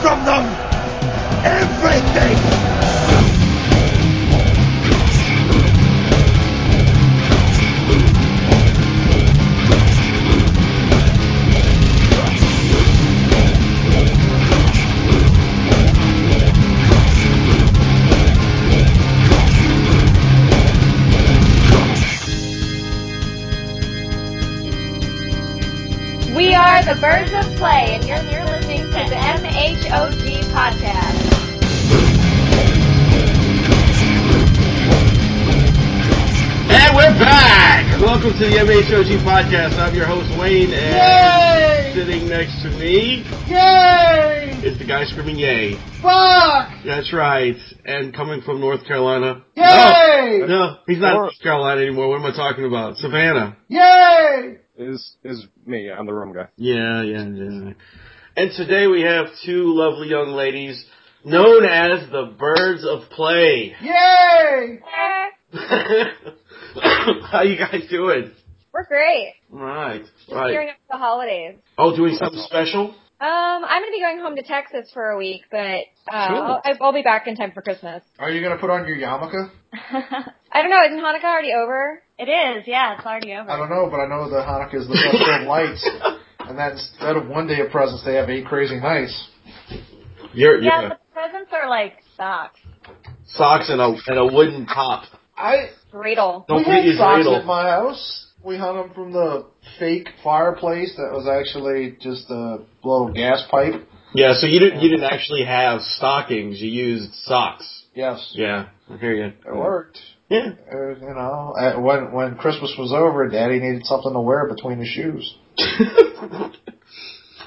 from them everything. We are the Birds of Play, and you're, you're listening to the MHOG podcast. And we're back! Welcome to the MHOG podcast. I'm your host, Wayne, and Yay! sitting next to me Yay! is the guy screaming yay. Fuck! That's right. And coming from North Carolina. Yay! No, no he's not in Or- North Carolina anymore. What am I talking about? Savannah. Yay! is is me. I'm the room guy. Yeah, yeah, yeah. And today we have two lovely young ladies known as the Birds of Play. Yay! How you guys doing? We're great. Right, Just gearing right. up for the holidays. Oh, doing something special? Um, I'm gonna be going home to Texas for a week, but uh, Cool. I'll, I'll- I'll be back in time for Christmas. Are you gonna put on your yarmulke? I don't know. Isn't Hanukkah already over? It is, yeah, it's already over. I don't know, but I know the Hanukkah is the festival of lights, and that instead of one day of presents, they have eight crazy nights. You're, you're yeah, but the presents are like socks. socks and a and a wooden top. I Dreidel. Don't we forget had your socks dreidel. at my house. We hung them from the fake fireplace that was actually just a little gas pipe. Yeah, so you didn't you didn't actually have stockings. You used socks. Yes, Yeah, I hear you. it worked. Yeah, Uh, you know, I, when when Christmas was over, Daddy needed something to wear between his shoes.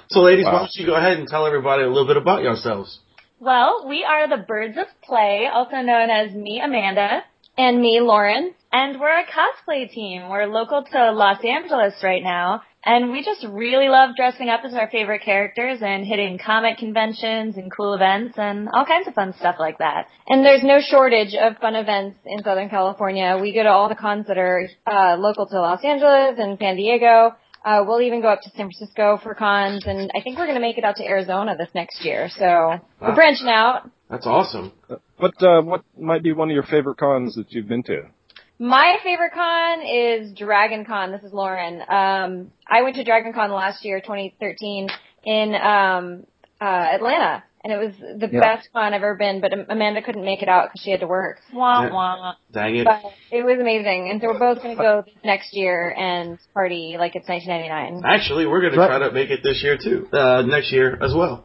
so, ladies, why Wow. don't you go ahead and tell everybody a little bit about yourselves? Well, we are the Birds of Play, also known as me, Amanda, And me, Lauren. and we're a cosplay team. We're local to Los Angeles right now, and we just really love dressing up as our favorite characters and hitting comic conventions and cool events and all kinds of fun stuff like that. And there's no shortage of fun events in Southern California. We go to all the cons that are uh, local to Los Angeles and San Diego. Uh, we'll even go up to San Francisco for cons, and I think we're going to make it out to Arizona this next year. So Wow. we're branching out. That's awesome. But uh, what might be one of your favorite cons that you've been to? My favorite con is Dragon Con. This is Lauren. Um, I went to Dragon Con last year, 2013, in um, uh, Atlanta, and it was the Yeah. best con I've ever been. But Am- Amanda couldn't make it out because she had to work. Wah Yeah. wah. Dang it. But it was amazing, and so we're both going to go next year and party like it's 1999. Actually, we're gonna try to make it this year too. Uh, next year as well.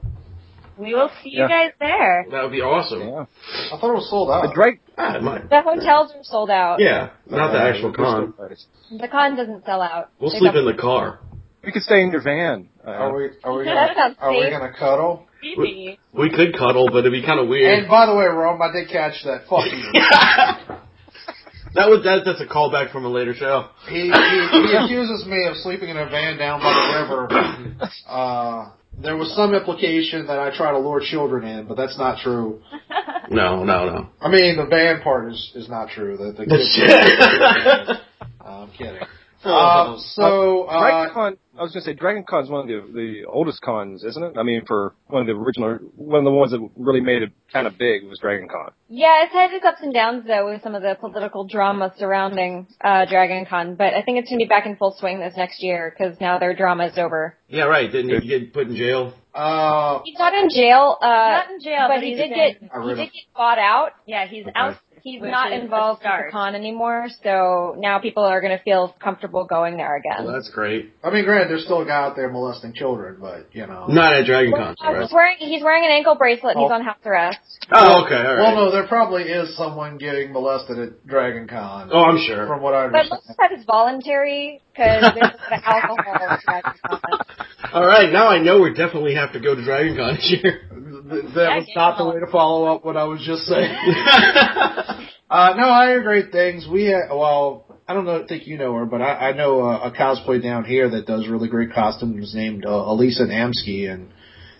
We will see Yeah. you guys there. That would be awesome. Yeah, I thought it was sold out. the Drake. Ah, it might. The hotels are sold out. Yeah, not the Uh, actual we're still con. close. The con doesn't sell out. We'll They sleep in don't- the car. We could stay in your van. Uh, Are we are we That gonna sounds are we safe. gonna cuddle? Creepy. We could cuddle, but it'd be kind of weird. And by the way, Rome, I did catch that. Fuck you. that was that, that's a callback from a later show. He, he he accuses me of sleeping in a van down by the river. Uh, there was some implication that I try to lure children in, but that's not true. No, no, no. I mean, the van part is is not true. The, the kids- I'm kidding. Um, so Dragon uh, Con. I was gonna say Dragon Con is one of the the oldest cons, isn't it? I mean, for one of the original, one of the ones that really made it kind of big was Dragon Con. Yeah, it's had its ups and downs though with some of the political drama surrounding uh, Dragon Con, but I think it's going to be back in full swing this next year because now their drama is over. yeah, right. Didn't he get put in jail? uh, He's not in jail, uh, Not in jail, but, he did get I he read did him. get bought out. Yeah, he's Okay. out. He's Which not is a involved with the start. con anymore, so now people are going to feel comfortable going there again. Well, that's great. I mean, granted, there's still a guy out there molesting children, but you know. Not at Dragon Con, Well, right? he's wearing he's wearing an ankle bracelet. and He's Oh. on house arrest. Oh, okay, all Well, right. no, there probably is someone getting molested at Dragon Con. Oh, I'm sure. From what I But understand. most of that is voluntary because there's a lot of alcohol. at Dragon Con. All right, now I know we definitely have to go to Dragon Con this year. Th- that was not the way to follow up what I was just saying. yeah, Uh, no, I hear great things. We ha well, I don't know, think you know her, but I, I know uh, a, a cosplay down here that does really great costumes named uh, Elisa Namsky, and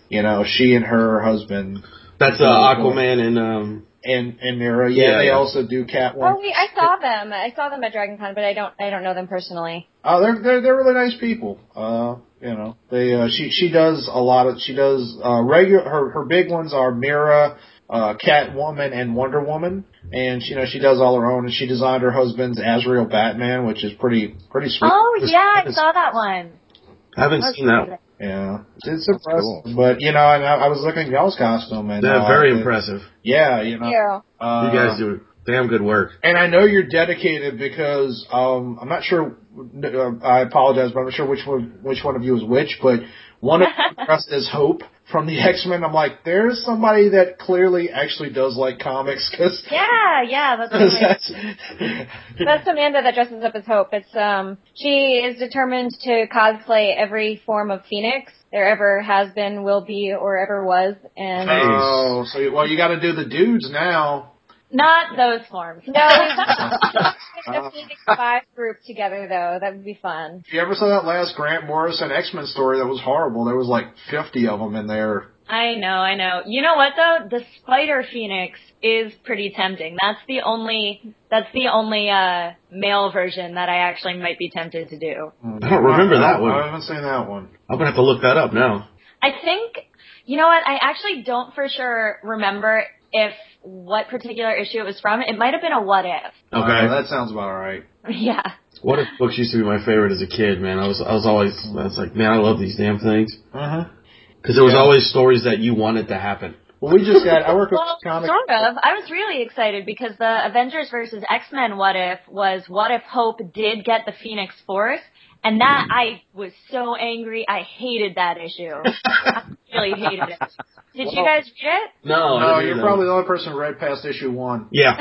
you know she and her husband that's uh, Aquaman and um. and and Mira. Yeah, Yeah, they yeah. also do Catwoman. Oh wait, I saw them. I saw them at Dragon Con, but I don't I don't know them personally. Uh, they're they're they're really nice people. Uh, You know, they uh, she she does a lot of she does uh, regular her her big ones are Mira, uh, Catwoman, and Wonder Woman, and you know she does all her own. And she designed her husband's Azrael Batman, which is pretty pretty sweet. Oh yeah, I saw that one. I haven't That's seen that. one. Yeah, it's That's impressive. But you know, and I, I was looking at y'all's costume and They're uh, very it- impressive. Yeah, you know, Yeah. uh, you guys do damn good work. And I know you're dedicated because um, I'm not sure. Uh, I apologize, but I'm not sure which one which one of you is which. But one of you dressed as Hope from the X Men. I'm like, there's somebody that clearly actually does like comics because Yeah, yeah, that's what I- that's That's Amanda that dresses up as Hope. It's um she is determined to cosplay every form of Phoenix there ever has been, will be, or ever was. And oh, so you- well you got to do the dudes now. not those forms. no, we have a Phoenix Five group together though. That would be fun. If you ever saw that last Grant Morrison X Men story, that was horrible. There was like 50 of them in there. I know, I know. You know what though? The spider phoenix is pretty tempting. That's the only that's the only uh male version that I actually might be tempted to do. I don't remember that one. I haven't seen that one. I'm gonna have to look that up now. I think you know what, I actually don't for sure remember if what particular issue it was from. It might have been a what if. Okay. Uh, that sounds about right. Yeah. What if books used to be my favorite as a kid, man? I was I was always I was like, man, I love these damn things Uh huh. because there was Yeah. always stories that you wanted to happen. Well, we just got. I work with Well, comic. sort of. I was really excited because the Avengers versus X Men What If was What If Hope did get the Phoenix Force, and that I was so angry. I hated that issue. I really hated it. Did you guys read it? No, I No, didn't Oh, you're know. probably the only person who read past issue one. yeah.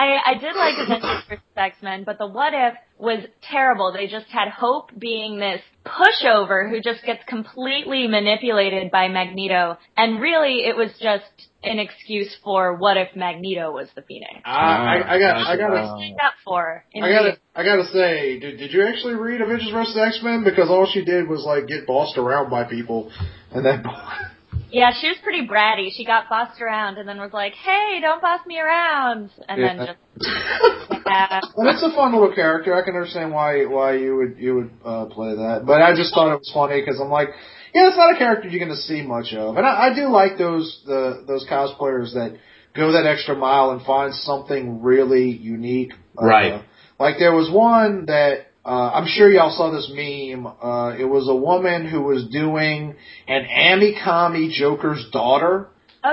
I, I did like Avengers versus X Men, but the What If was terrible. They just had Hope being this pushover who just gets completely manipulated by Magneto, and really it was just an excuse for what if Magneto was the Phoenix. I, I, I got, I got, What to signed up for. In Um, I got, the- to I got to say, did, did you actually read Avengers vs X Men? Because all she did was like get bossed around by people, and then yeah, she was pretty bratty. She got bossed around and then was like, "Hey, don't boss me around," and Yeah. then just. Yeah. but it's a fun little character. I can understand why why you would you would uh, play that. But I just thought it was funny because I'm like, yeah, it's not a character you're going to see much of, and I, I do like those the those cosplayers that go that extra mile and find something really unique. Uh, Right. Like there was one that. Uh, I'm sure y'all saw this meme. Uh, it was a woman who was doing an Amikami Joker's daughter. Oh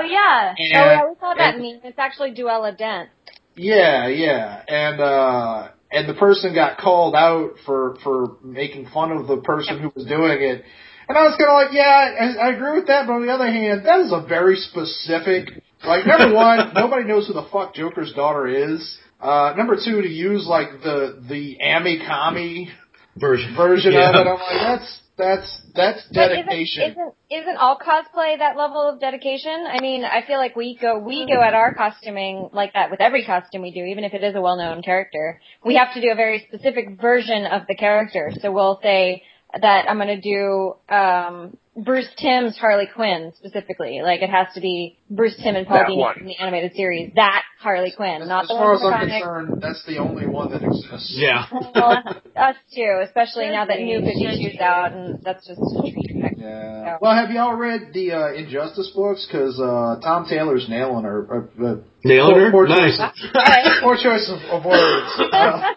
Oh yeah. yeah, we saw that and- meme. It's actually Duella Dent. yeah, yeah, and uh, and the person got called out for for making fun of the person who was doing it, and I was kind of like, yeah, I, I agree with that, but on the other hand, that is a very specific. Like number one, nobody knows who the fuck Joker's daughter is. Uh, number two, to use like the the Amikami Version. version yeah. of it, I'm like, that's that's that's But dedication. Isn't, isn't isn't all cosplay that level of dedication? I mean, I feel like we go we go at our costuming like that with every costume we do, even if it is a well known character. We have to do a very specific version of the character. So we'll say that I'm going to do um Bruce Timm's Harley Quinn specifically. Like it has to be Bruce Timm and Paul That Dini one. from the animated series. That Harley Quinn, as, not as the one far as from the I'm comic. concerned, that's the only one that exists. Yeah. Well, us too, especially now that new issues out, and that's just a treat. Yeah. Well, have y'all read the uh, Injustice books? Because uh, Tom Taylor's nailing her. Uh, uh, Nailed her. Poor- poor nice. choice- poor choice of, of words. Uh,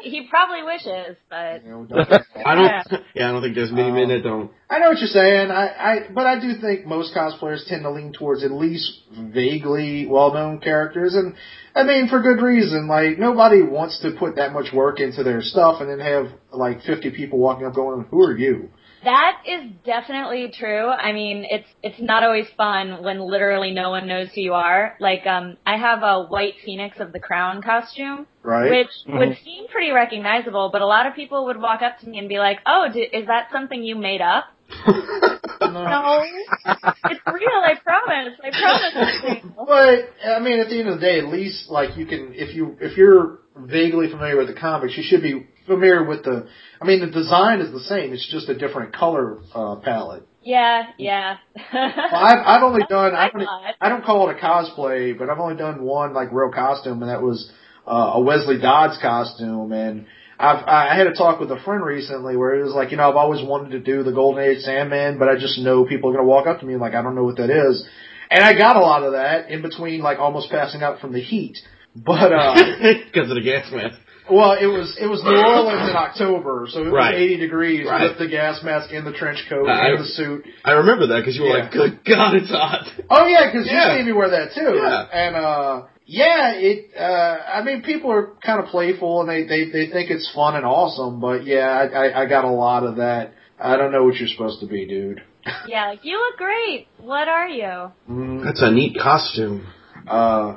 he probably wishes, but you know, don't- I don't. Yeah, I don't think there's many men that don't. I know what you're saying. I, I, but I do think most cosplayers tend to lean towards at least vaguely well-known characters, and I mean for good reason. Like nobody wants to put that much work into their stuff and then have like 50 people walking up going, "Who are you?" that is definitely true. I mean, it's it's not always fun when literally no one knows who you are. Like, um, I have a white phoenix of the crown costume, Right? which Mm-hmm. would seem pretty recognizable, but a lot of people would walk up to me and be like, "Oh, d- is that something you made up?" No, it's real. I promise. I promise. it's real. But I mean, at the end of the day, at least like you can, if you if you're vaguely familiar with the comics, you should be familiar with the. I mean, the design is the same; it's just a different color uh, palette. Yeah, yeah. Well, I've I've only done I I don't thought. I don't call it a cosplay, but I've only done one like real costume, and that was uh, a Wesley Dodds costume, and I've, I had a talk with a friend recently where it was like, you know, I've always wanted to do the Golden Age Sandman, but I just know people are going to walk up to me and like, I don't know what that is. And I got a lot of that in between, like almost passing out from the heat. But, uh, because of the gas mask. well, it was, it was New Orleans in October, so it was Right. 80 degrees Right. Uh, with the gas mask and the trench coat I- and the suit. I remember that because you were Yeah. like, "Good God, it's hot." Oh yeah, because Yeah. you made me wear that too. Yeah. And uh yeah, it uh I mean people are kind of playful and they they they think it's fun and awesome, but yeah, I I, I got a lot of that. I don't know what you're supposed to be, dude. Yeah, like, you look great. What are you? Mm, That's a neat costume. uh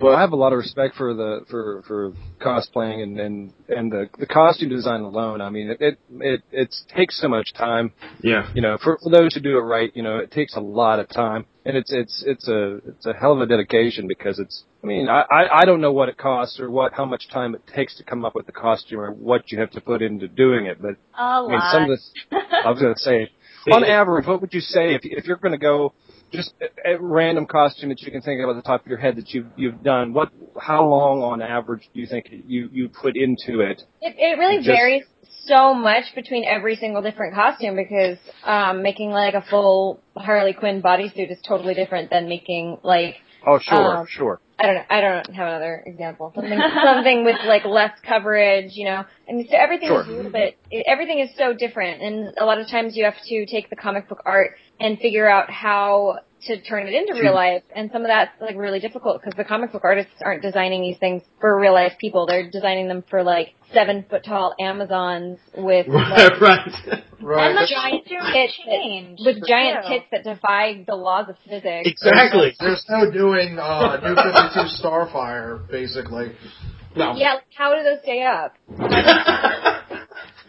Well, I but have a lot of respect for the for for cosplaying and and and the the costume design alone. I mean, it it it, it takes so much time. Yeah. You know, for, for those who do it right, you know, it takes a lot of time, and it's it's it's a it's a hell of a dedication because it's. I mean, I I I don't know what it costs or what how much time it takes to come up with the costume or what you have to put into doing it, but A I mean, lot. some of this I was going to say, on average, what would you say if if you're going to go just a, a random costume that you can think of at the top of your head that you you've done? What how long on average do you think you you put into it? It, it really Just- varies so much between every single different costume because um, making like a full Harley Quinn bodysuit is totally different than making like Oh, sure, Um, sure. I don't know, I don't have another example something something with like less coverage, you know. I mean, so everything Sure. is a little bit it, everything is so different, and a lot of times you have to take the comic book art and figure out how to turn it into real life, and some of that's like really difficult because the comic book artists aren't designing these things for real life people; they're designing them for like seven foot tall Amazons with like, Right. right. right and the that's- costume It- it- changed with giant too. tits that defy the laws of physics. Exactly. There's no doing uh New 52 Starfire basically. No. Yeah, like, how do those stay up?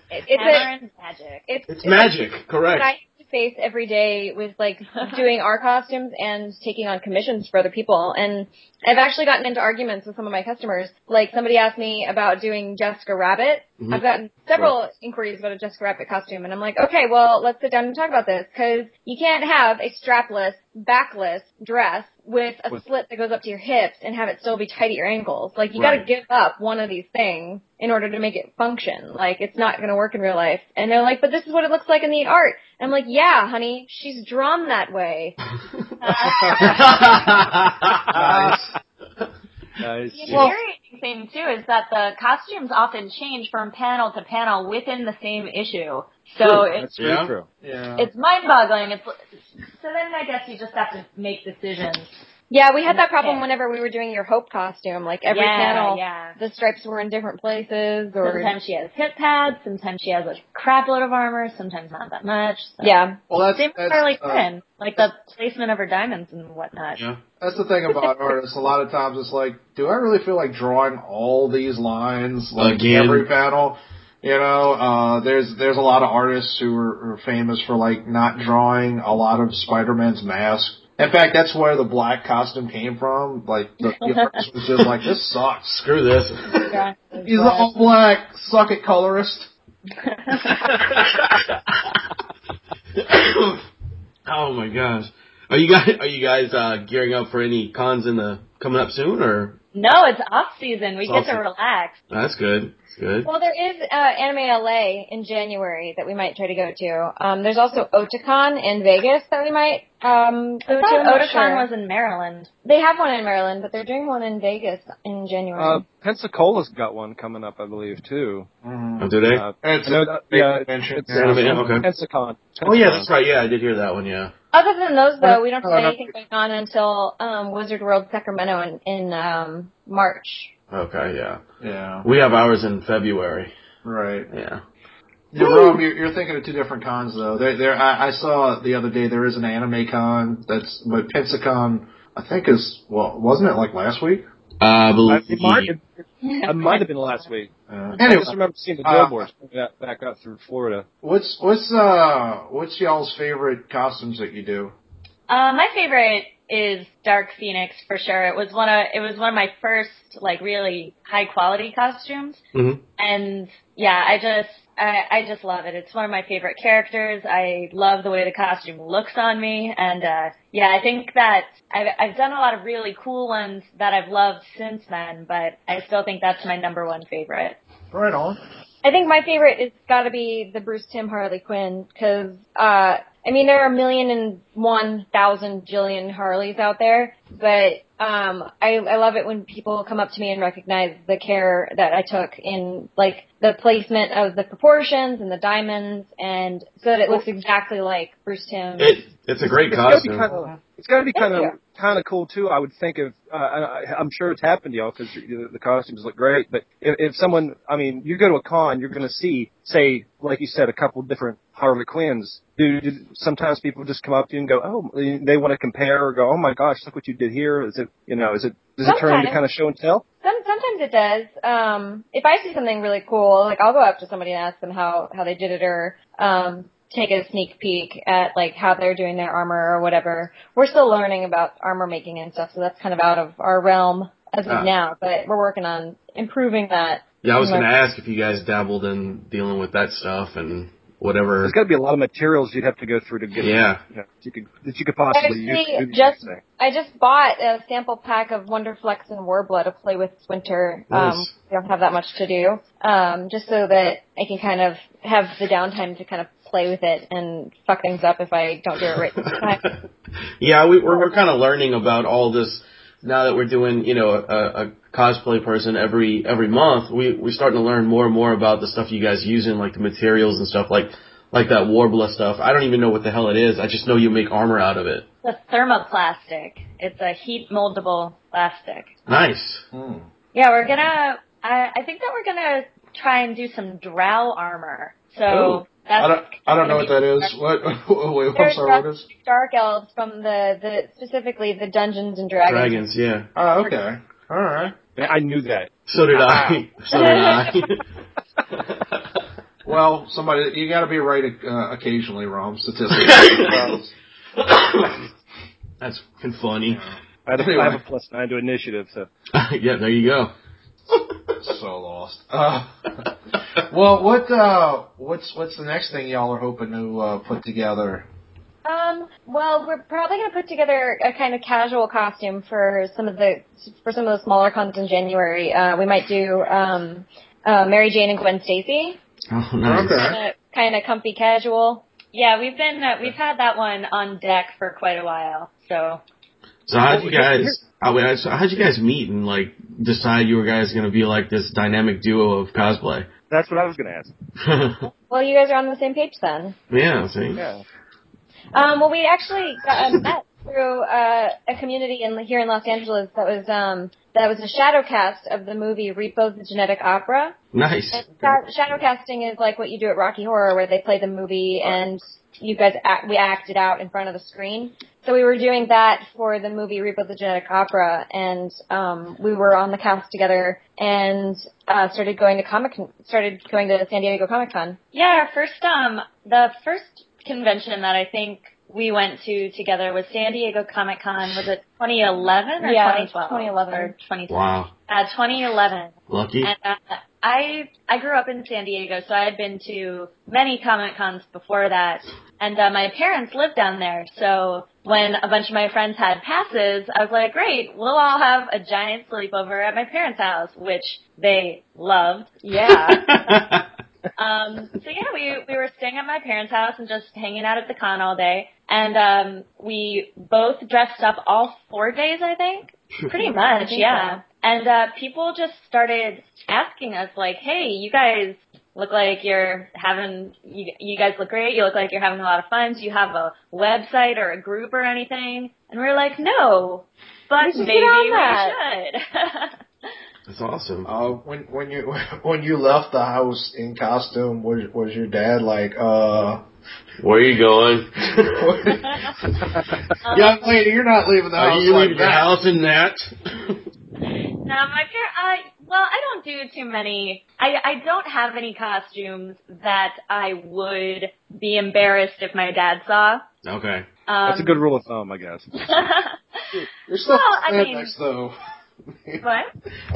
It, it's a Cameron's magic. it's, it's magic. But I Correct. have to face every day with like doing our costumes and taking on commissions for other people. And I've actually gotten into arguments with some of my customers. Like somebody asked me about doing Jessica Rabbit. Mhm. I've gotten several inquiries about a Jessica Rabbit costume, and I'm like, okay, well, let's sit down and talk about this because you can't have a strapless, backless dress with a With- slit that goes up to your hips and have it still be tight at your ankles. Like you Right. got to give up one of these things in order to make it function. Like it's not going to work in real life. And they're like, but this is what it looks like in the art. And I'm like, yeah, honey, she's drawn that way. Ah. Nice. Nice. The infuriating thing too is that the costumes often change from panel to panel within the same issue. So True. That's it's very Yeah. true. Yeah. it's mind boggling. It's so then I guess you just have to make decisions. Yeah, we had that problem Okay. whenever we were doing your Hope costume. Like every yeah, panel, Yeah. the stripes were in different places or. Sometimes she has hip pads. Sometimes she has a crap load of armor. Sometimes not that much. So. Yeah, Well, that's, Same with that's, Harley uh, Quinn, like the placement of her diamonds and whatnot. Yeah. That's the thing about artists. A lot of times it's like, do I really feel like drawing all these lines like Again. every panel? You know, uh, there's there's a lot of artists who are, are famous for like not drawing a lot of Spider-Man's mask. In fact, that's where the black costume came from. Like the, the artist was just like, this sucks. Screw this. Yeah. He's all black. Suck it, colorist. oh my gosh. Are you guys are you guys uh, gearing up for any cons in the coming up soon or No, it's off season. We It's get off to season. relax. that's good. That's good. Well, there is uh, Anime LA in January that we might try to go to. Um, there's also Otakon in Vegas that we might um, I go to. thought I'm not Otakon sure. was in Maryland. They have one in Maryland, but they're doing one in Vegas in January. Uh, Pensacola's got one coming up, I believe, too. Mm. Oh, do they? Uh, It's I know a that- big yeah, convention. it's Yeah. Anime, okay. Pensacon. oh yeah, Pensacon. that's right. Yeah, I did hear that one. Yeah. Other than those, though, we don't Uh, have anything going on until um, Wizard World Sacramento in, in um, March. Okay. Yeah. yeah, We have ours in February. right. Yeah. Yeah, Rome, you're, you're thinking of two different cons though. There, there. I, I saw the other day there is an anime con that's, but Pensacon, I think is well, wasn't it like last week? I I, believe. it might, it, it might have been last week. Uh, I anyway, just remember seeing the Uh, billboards back- back up through Florida. what's what's uh what's y'all's favorite costumes that you do? Uh, my favorite is Dark Phoenix for sure. It was one of it was one of my first like really high quality costumes, Mhm. and yeah, I just I, I just love it. It's one of my favorite characters. I love the way the costume looks on me, and uh, yeah, I think that I've I've done a lot of really cool ones that I've loved since then, but I still think that's my number one favorite. Right on. I think my favorite is got to be the Bruce Tim Harley Quinn because uh, I mean there are a million and one thousand Jillian Harleys out there, but um, I, I love it when people come up to me and recognize the care that I took in like the placement of the proportions and the diamonds, and so that it looks exactly like Bruce Tim. It, it's a great It's gotta be costume. kind of. It's gotta be Thank kind of you. kind of cool too. I would think of. Uh, I, I'm sure it's happened to y'all because the costumes look great. But if, if someone, I mean, you go to a con, you're gonna see, say, like you said, a couple different Harley Quinns. Dude, sometimes people just come up to you and go, oh, they want to compare or go, oh my gosh, look what you did here. Is it, you know, is it does it turn into Sometimes. kind of show and tell? Some sometimes it does. Um, if I see something really cool, like I'll go up to somebody and ask them how how they did it, or um, take a sneak peek at like how they're doing their armor or whatever. We're still learning about armor making and stuff, so that's kind of out of our realm as of Ah. now. But we're working on improving that. Yeah, I was going to ask if you guys dabbled in dealing with that stuff and whatever. There's got to be a lot of materials you'd have to go through to get. Yeah. you know, that you could that you could possibly use. Actually, to do these just things. I just bought a sample pack of Wonderflex and Warbler to play with this winter. Um, Nice. we don't have that much to do, um, just so that I can kind of have the downtime to kind of play with it and fuck things up if I don't do it right. this time. yeah, we, we're, we're kind of learning about all this now that we're doing, you know, a, a cosplay person every every month. We we're starting to learn more and more about the stuff you guys using, like the materials and stuff, like like that warbler stuff. I don't even know what the hell it is. I just know you make armor out of it. The thermoplastic. It's a heat moldable plastic. Nice. Hmm. Yeah, we're gonna. I, I think that we're gonna try and do some drow armor. So Ooh. that's I don't. I don't know what that is. What? Wait, I'm There's sorry. What is? dark elves from the, the specifically the Dungeons and Dragons. Dragons, yeah. Oh, okay. All right. Man, I knew that. So did I. so did I. Well, somebody, you got to be right uh, occasionally, Rom. Statistically, That's fucking funny. I have, a- I Anyway. have a plus nine to initiative, so yeah, there you go. so lost. Uh, well, what? Uh, what's what's the next thing y'all are hoping to uh, put together? Um, well, we're probably going to put together a kind of casual costume for some of the for some of the smaller cons in January. Uh, we might do um, uh, Mary Jane and Gwen Stacy, Oh, nice. Okay. kind of, kind of comfy casual. yeah, we've been uh, we've had that one on deck for quite a while. So So how'd you guys? I mean, so how'd you guys meet and like decide you were guys gonna be like this dynamic duo of cosplay? that's what I was going to ask. Well, you guys are on the same page then. yeah, see. Yeah. Um, well, we actually got, uh, met through uh, a community in here in Los Angeles that was um, that was a shadow cast of the movie Repo: The Genetic Opera. Nice. And sha- shadow casting is like what you do at Rocky Horror, where they play the movie and you guys act, we acted out in front of the screen. So we were doing that for the movie Repo the Genetic Opera, and um, we were on the cast together and uh, started going to comic Con- started going to San Diego Comic Con. yeah, our first um the first convention that I think we went to together was San Diego Comic Con. Was it 2011 or Yeah, 2012? 2011. or 2010? Wow. Uh, 2011. Lucky. And uh, I I grew up in San Diego, so I had been to many comic cons before that. And uh, my parents lived down there, so when a bunch of my friends had passes, I was like, "Great, we'll all have a giant sleepover at my parents' house," which they loved. Yeah, Um, so yeah, we we were staying at my parents' house and just hanging out at the con all day. And um, we both dressed up all four days, I think. Pretty much, think yeah. And uh, people just started asking us, like, "Hey, you guys look like you're having you, you guys look great. You look like you're having a lot of fun. Do you have a website or a group or anything?" And we are like, "No, but We should get maybe on we that." should." That's awesome. Uh, when when you when you left the house in costume, was was your dad like, uh, Where are you going? young lady, you're not leaving the are house you Oh, like leaving your that. house in that? No, my par- Um, I uh, well, I don't do too many. I I don't have any costumes that I would be embarrassed if my dad saw. okay. Um, That's a good rule of thumb, I guess. You're still Well, I in mean- spandex though. I but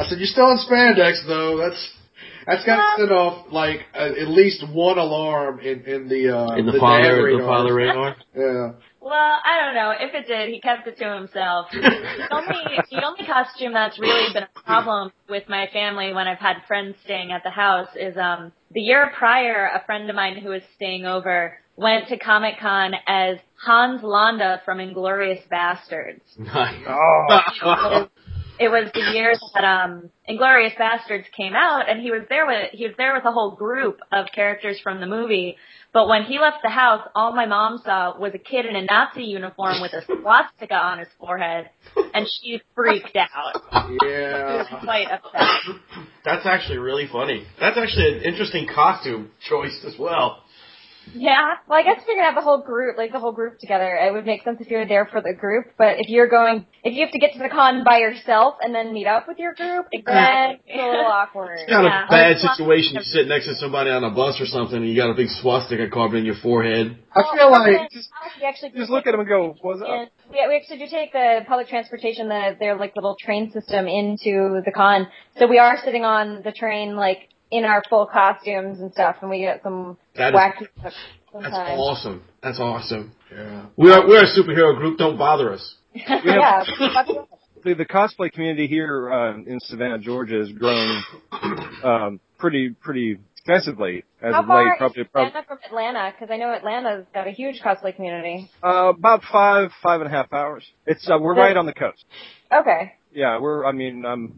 said you're still in spandex though. That's that's got to set off like uh, at least one alarm in in the uh, In the, dad father, the radar. father radar. Yeah. well, I don't know. If it did, he kept it to himself. the only the only costume that's really been a problem with my family when I've had friends staying at the house is um the year prior, a friend of mine who was staying over went to Comic Con as Hans Landa from Inglorious Bastards. oh. It was the year that um, Inglorious Bastards came out, and he was there with he was there with a whole group of characters from the movie. But when he left the house, all my mom saw was a kid in a Nazi uniform with a swastika on his forehead, and she freaked out. She was Yeah. quite upset. That's actually really funny. That's actually an interesting costume choice as well. Yeah. Well, I guess if you're gonna have the whole group, like the whole group together, it would make sense if you're there for the group. But if you're going, if you have to get to the con by yourself and then meet up with your group, Exactly. then it's a little awkward. It's kind of Yeah. a bad situation. You sit next to somebody on a bus or something, and you got a big swastika carved in your forehead. I feel like Just, We actually just look at him and go, "What's up?" And we, we actually do take the public transportation, the, their like little train system into the con. So we are sitting on the train like in our full costumes and stuff, and we get some That is- wacky stuff That's sometimes. awesome. That's awesome. yeah. We are we're a superhero group. Don't bother us. We have- Yeah, that's awesome. the, the cosplay community here uh, in Savannah, Georgia, has grown um, pretty pretty extensively as How of late. far Probably, is probably Atlanta from Atlanta? Because I know Atlanta's got a huge cosplay community. uh, about five five and a half hours. It's uh, we're right on the coast. Okay, Yeah, we're. I mean, I'm.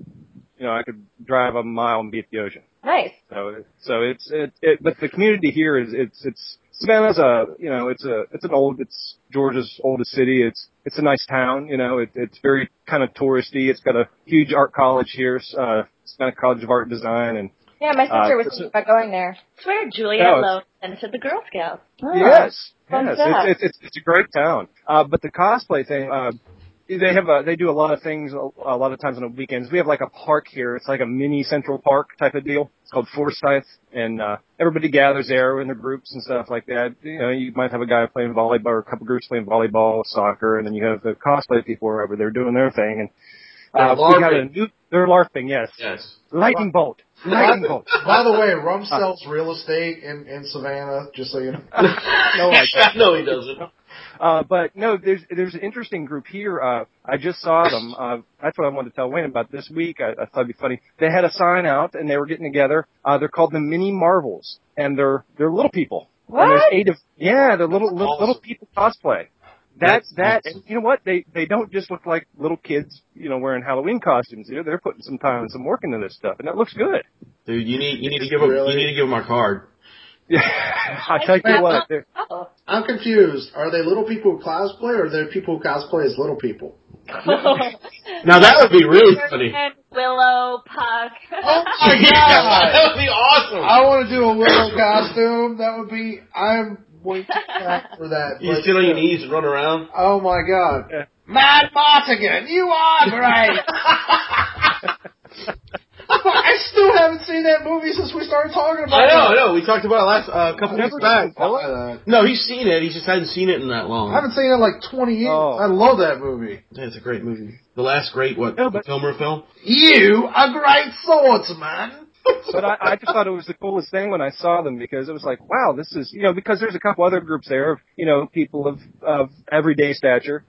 You know, I could drive a mile and be at the ocean. nice. So so it's it, it but the community here is it's it's Savannah's a you know it's a it's an old it's Georgia's oldest city it's it's a nice town you know it, it's very kind of touristy it's got a huge art college here uh Savannah College of Art and Design and Yeah, my sister Uh, was it's- thinking about going there. It's where Julia No, it's- Lowe sent to the Girl Scouts. yes fun yes stuff. it's, it's it's it's a great town uh but the cosplay thing uh they have a they do a lot of things a, a lot of times on the weekends we have like a park here it's like a mini Central Park type of deal it's called Forsyth and uh everybody gathers there in their groups and stuff like that you know you might have a guy playing volleyball or a couple groups playing volleyball soccer and then you have the cosplay people are over there doing their thing and uh They're we got a LARPing. new they're larping yes Yes. lightning bolt lightning bolt By the way, Rum sells real estate in, in Savannah, just so you know. no I don't. no, he doesn't. Uh, but no, there's there's an interesting group here. Uh, I just saw them. Uh, that's what I wanted to tell Wayne about this week. I, I thought it'd be funny. They had a sign out and they were getting together. Uh, they're called the Mini Marvels, and they're they're little people. And there's What? eight of yeah, they're little little, Awesome. little people cosplay. That That's that awesome. and you know what they they don't just look like little kids you know wearing Halloween costumes. You know, they're putting some time and some work into this stuff, and that looks good. Dude, you need you need to give him Really? you need to give him our card. Yeah, I tell you what, they're, Oh, I'm confused. Are they little people who cosplay, or are they people who cosplay as little people? Now that would be really funny. Oh, Birdman, Willow, Puck. Oh my Yeah, god! that would be awesome. I want to do a Willow costume. That would be. I'm way too fat for that. you but- sit on your knees and run around. Oh my god! Yeah. Mad Martigan, you are great. I still haven't seen that movie since we started talking about I know, I it. know. We talked about it last uh, a couple Never weeks back. seen Willow? Uh, No, he's seen it. He just hadn't seen it in that I long. haven't seen it in like 20 years. Oh. I love that movie. Yeah, it's a great movie. The last great what No, but- Kilmer film. You a great swordsman. but I, I just thought it was the coolest thing when I saw them because it was like, wow, this is you know because there's a couple other groups there of you know people of of everyday stature,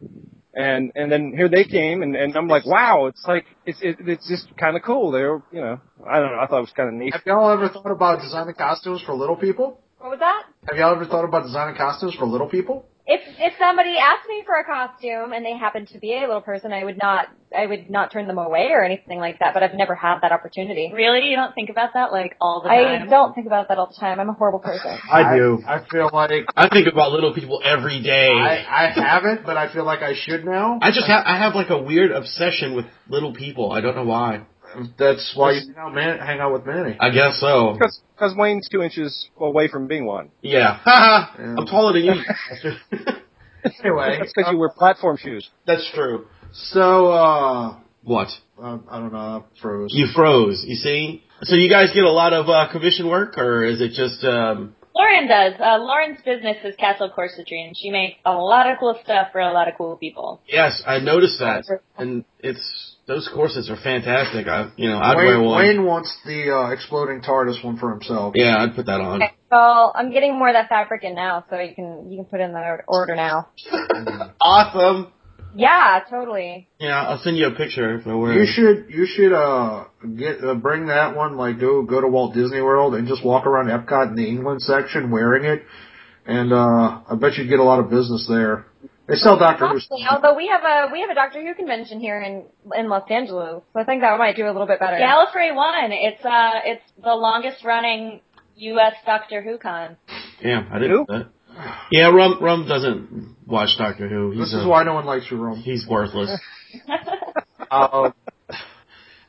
and and then here they came and and I'm like, wow, it's like it's it, it's just kind of cool. They're you know I don't know I thought it was kind of neat. Have y'all ever thought about designing costumes for little people? what was that? Have y'all ever thought about designing costumes for little people? If if somebody asked me for a costume and they happened to be a little person, I would not I would not turn them away or anything like that. But I've never had that opportunity. really? You don't think about that like all the I time? don't think about that all the time. I'm a horrible person. I do. I, feel like I think about little people every day. I, I, I haven't, but I feel like I should now. just have I have like a weird obsession with little people. I don't know why. That's why you hang out, man, hang out with Manny. I guess so. Because because Wayne's two inches away from being one. Yeah. I'm Yeah. taller than you. Anyway, That's because you wear platform shoes. That's true. so uh, What? um, I don't know. I froze. You froze. You see. So you guys get a lot of uh, commission work, or is it just? Um, Lauren does. Uh, Lauren's business is Castle Corsetry, and she makes a lot of cool stuff for a lot of cool people. yes, I noticed that, and it's those corsets are fantastic. I, you know, I'd wear Wayne, one. Wayne wants the uh, exploding TARDIS one for himself. Yeah, I'd put that on. Okay, well, I'm getting more of that fabric in now, so you can you can put in that order now. Awesome. Yeah, totally. Yeah, I'll send you a picture if I wear You it. should you should uh get uh, bring that one like go go to Walt Disney World and just walk around Epcot in the England section wearing it, and uh I bet you'd get a lot of business there. They sell Doctor Who. Probably, although we have a we have a Doctor Who convention here in in Los Angeles, so I think that might do a little bit better. Gallifrey One. It's uh, it's the longest running U.S. Doctor Who con. Yeah, I didn't. Know that. Yeah, Rum Rum doesn't watch Doctor Who. He's This is a- why no one likes your room. he's worthless. Uh,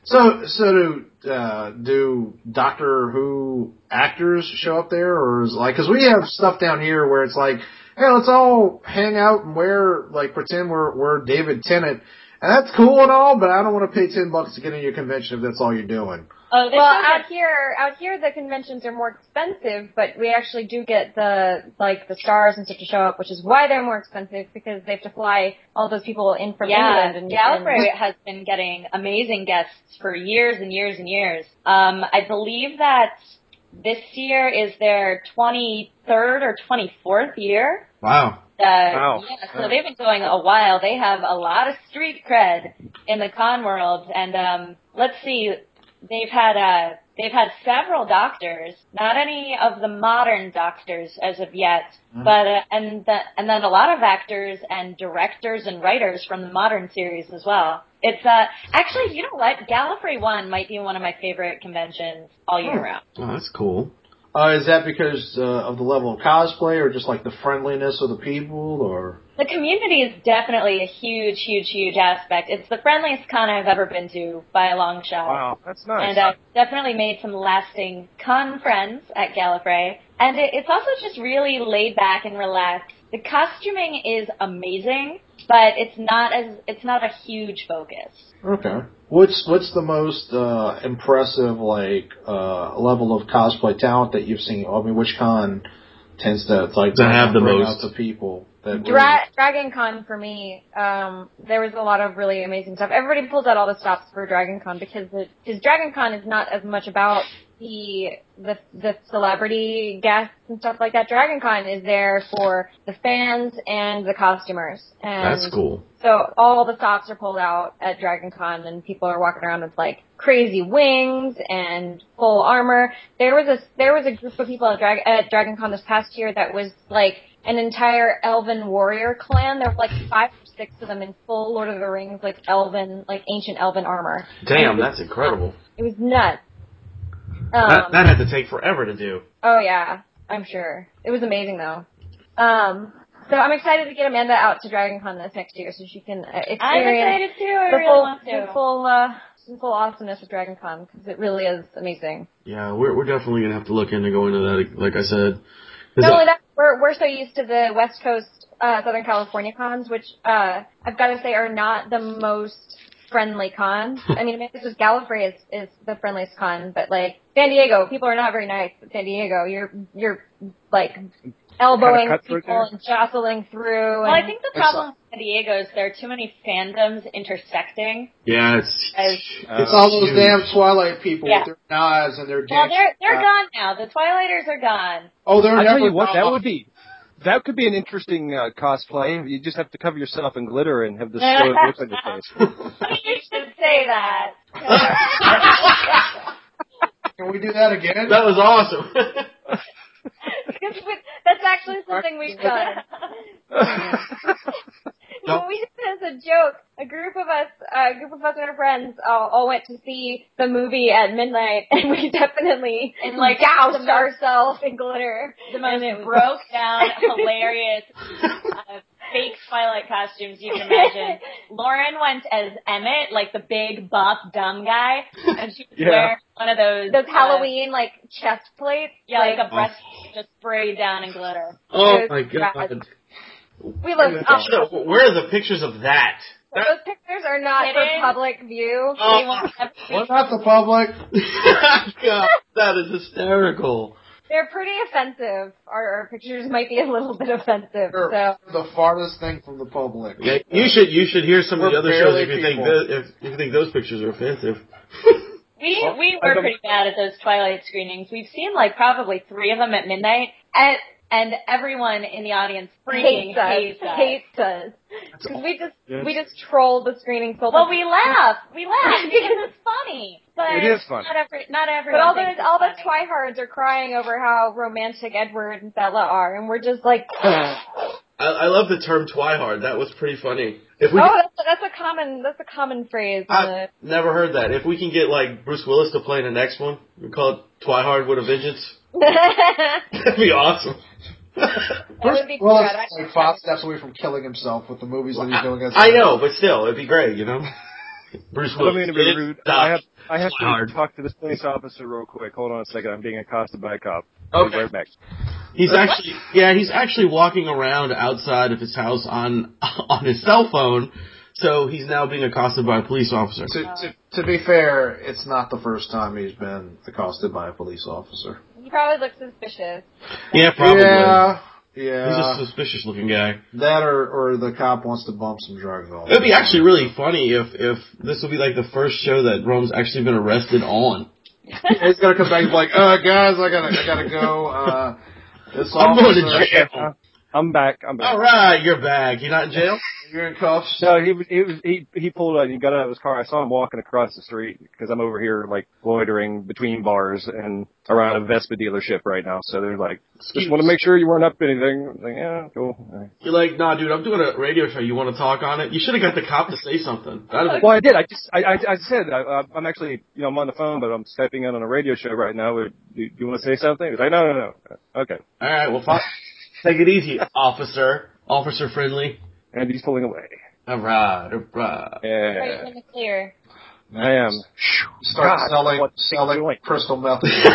so so do uh, do Doctor Who actors show up there, or is it like because we have stuff down here where it's like, hey, let's all hang out and wear like pretend we're we're David Tennant. And that's cool and all, but I don't want to pay ten bucks to get in your convention if that's all you're doing. Oh, this well, one out had- here, out here, the conventions are more expensive, but we actually do get the like the stars and stuff to show up, which is why they're more expensive because they have to fly all those people in from yeah, England. And, Gallifrey and- has been getting amazing guests for years and years and years. Um, I believe that this year is their 23rd or 24th year. Wow. Uh, Wow. Yeah, so they've been going a while. They have a lot of street cred in the con world, and um, let's see, they've had uh, they've had several doctors, not any of the modern doctors as of yet, Mm-hmm. but uh, and the, and then a lot of actors and directors and writers from the modern series as well. It's uh, actually, you know what, Gallifrey One might be one of my favorite conventions all Hmm. year round. Oh, that's cool. Uh, is that because uh, of the level of cosplay, or just like the friendliness of the people, or The community is definitely a huge, huge, huge aspect. It's the friendliest con I've ever been to by a long shot. Wow, that's nice. And uh, I've definitely made some lasting con friends at Gallifrey. And it, it's also just really laid back and relaxed. The costuming is amazing, but it's not as it's not a huge focus. okay? What's what's the most uh, impressive like uh, level of cosplay talent that you've seen? I mean, which con tends to like To have the bring most. out the people that Dra- Dragon Con for me, um, there was a lot of really amazing stuff. Everybody pulled out all the stops for Dragon Con because it, because Dragon Con is not as much about the the the celebrity guests and stuff like that. Dragon Con is there for the fans and the costumers. And That's cool. So all the stops are pulled out at Dragon Con and people are walking around with like crazy wings and full armor. There was a there was a group of people at, Drag- at Dragon Con this past year that was like an entire elven warrior clan. There were like five or six of them in full Lord of the Rings like elven like ancient elven armor. Damn, that's incredible. It was nuts. Um, That, that had to take forever to do. Oh yeah, I'm sure. It was amazing though. Um, so I'm excited to get Amanda out to Dragon Con this next year so she can uh, experience I'm excited too. I the really full, want the to. full, uh, the full awesomeness of Dragon Con because it really is amazing. Yeah, we're we're definitely gonna have to look into going to that. Like I said, 'Cause Not I- only that, we're we're so used to the West Coast, uh, Southern California cons, which uh, I've got to say are not the most friendly cons. I mean, this is Gallifrey is is the friendliest con, but like San Diego, people are not very nice. But San Diego, you're you're like elbowing cutthroat people there. and jostling through. Well, and, I think the problem with San Diego is there are too many fandoms intersecting. yeah, it's As- it's all those huge. damn Twilight people Yeah. with their knives and their Well, dance. they're they're Uh, gone now. The Twilighters are gone. oh, they're I never tell you what, that gone. would be that could be an interesting uh, cosplay. You just have to cover yourself in glitter and have this stoic look on your face. you should say that. Can we do that again? That was awesome. Because we- that's actually something we've done. Don't- we did it as a joke. A group of us, a group of us and our friends, all, all went to see the movie at midnight, and we definitely And, like, doused the most- ourselves in glitter. The And it was- most broke down, hilarious, uh, fake Twilight costumes you can imagine. Lauren went as Emmett, like the big buff dumb guy, and she was Yeah. wearing one of those Those uh, Halloween like chest plates. yeah, like, a Oh. breast just sprayed down in glitter. oh It was my god! rad. we looked um, up. Should've- Where are the pictures of that? Those pictures are not Kidding? for public view. They Oh won't ever be Well, not the public. god, that is hysterical. They're pretty offensive. Our, our pictures might be a little bit offensive. They're So the farthest thing from the public. Yeah, you should you should hear some of the We're other shows barely if you think people. tho- if, if you think those pictures are offensive. We Well, we I were don't- pretty bad at those Twilight screenings. We've seen like probably three of them at midnight, and and everyone in the audience freaking hates us. Hates hates us. us. Because we just Yes. we just troll the screening so Well, we laugh. We laugh because it's funny. But It is funny. Not every, not everyone. But all thinks the it's all the funny. tryhards are crying over how romantic Edward and Bella are, and we're just like, oh, I, I love the term twihard. That was pretty funny. If we Uh, that's oh, that's a common that's a common phrase. In I the, never heard that. If we can get like Bruce Willis to play in the next one, we call it Twihard with a Vengeance. that That'd be awesome. would be Well, good. it's like five steps away from killing himself with the movies that he's doing. as- I know, but still, it'd be great, you know. Bruce Willis. I don't mean to be It- rude. Doc. I have I have to Hard. talk to this police officer real quick. Hold on a second. I'm being accosted by a cop. I'll be Okay. right back. He's actually yeah, he's actually walking around outside of his house on on his cell phone, so he's now being accosted by a police officer. To, to, to be fair, it's not the first time he's been accosted by a police officer. He probably looks suspicious. Yeah, probably. Yeah, He's yeah. a suspicious looking guy. that or or the cop wants to bump some drugs off. It'd be actually really funny if if this would be like the first show that Rome's actually been arrested on. He's gonna come back and be like, uh, guys, I gotta, I gotta go. Uh, this I'm going to officer- jail. Uh, I'm back. I'm back. All right, you're back. You're not in jail. You're in cuffs. No, he was he was he he pulled out. He got out of his car. I saw him walking across the street because I'm over here like loitering between bars and around a Vespa dealership right now. So they're like, just want to make sure you weren't up to anything. I'm like, yeah, cool. All right. You're like, nah, dude. I'm doing a radio show. You want to talk on it? You should have got the cop to say something. That'd have been, Well, I did. I just, I, I, I said, I, I- I'm actually, you know, I'm on the phone, but I'm stepping in on a radio show right now. Would- Do, do you want to say something? He's like, no, no, no. Okay. all right. Well, fine. take it easy, officer. Officer friendly. And he's pulling away. All right, all right. Right Yeah, in the clear. I am. Start God, selling, what selling joint. crystal meth. you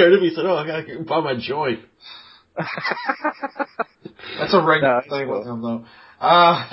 heard him. He said, "Oh, I gotta buy my joint." That's a No, regular it's thing cool. with him, though. Uh,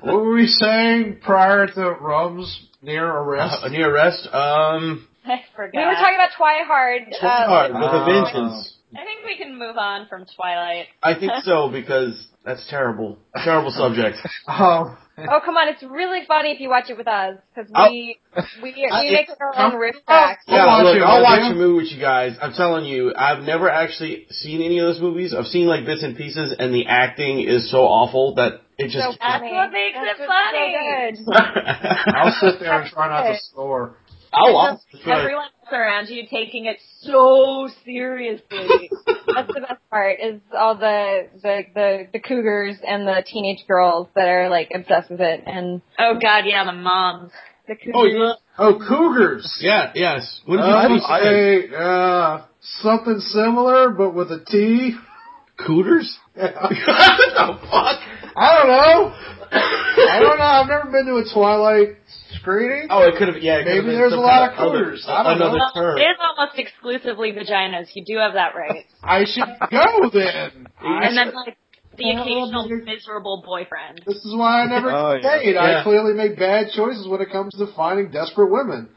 what were we saying prior to Rum's near arrest? a near Uh, arrest. Um, I We forgot. were talking about Twihard. Twihard Uh, with a Uh, vengeance. I think we can move on from Twilight. I think so because that's terrible. Terrible subject. Um, oh come on, it's really funny if you watch it with us because I'll- we we Oh. I- Oh. we make our own I'll- riff tracks. I'll Yeah, watch look, it I'll with watch you. a movie with you guys. I'm telling you, I've never actually seen any of those movies. I've seen like bits and pieces, and the acting is so awful that it So just. That's funny. what makes That's it what's funny. So good. I'll I'll sit there and try not to snore. I'll watch. Because Everyone else around you taking it so seriously. That's the best part is all the, the the the cougars and the teenage girls that are like obsessed with it and oh God, yeah, the moms. the cougars. Oh, you Oh, cougars! Yeah. Yes. What did you Um, I would say? say uh, something similar, but with a T. Cooters? I what the fuck? don't know. I don't know. I've never been to a Twilight screening. Oh, it could have. Yeah. It Maybe could have there's been some a lot kind of cooters. I Other, don't know. another Well, term. it is almost exclusively vaginas. You do have that right. I should go then. I and then should- like the I love occasional you. miserable boyfriend. this is why I never Oh, get yeah. paid. Yeah. I clearly make bad choices when it comes to finding desperate women.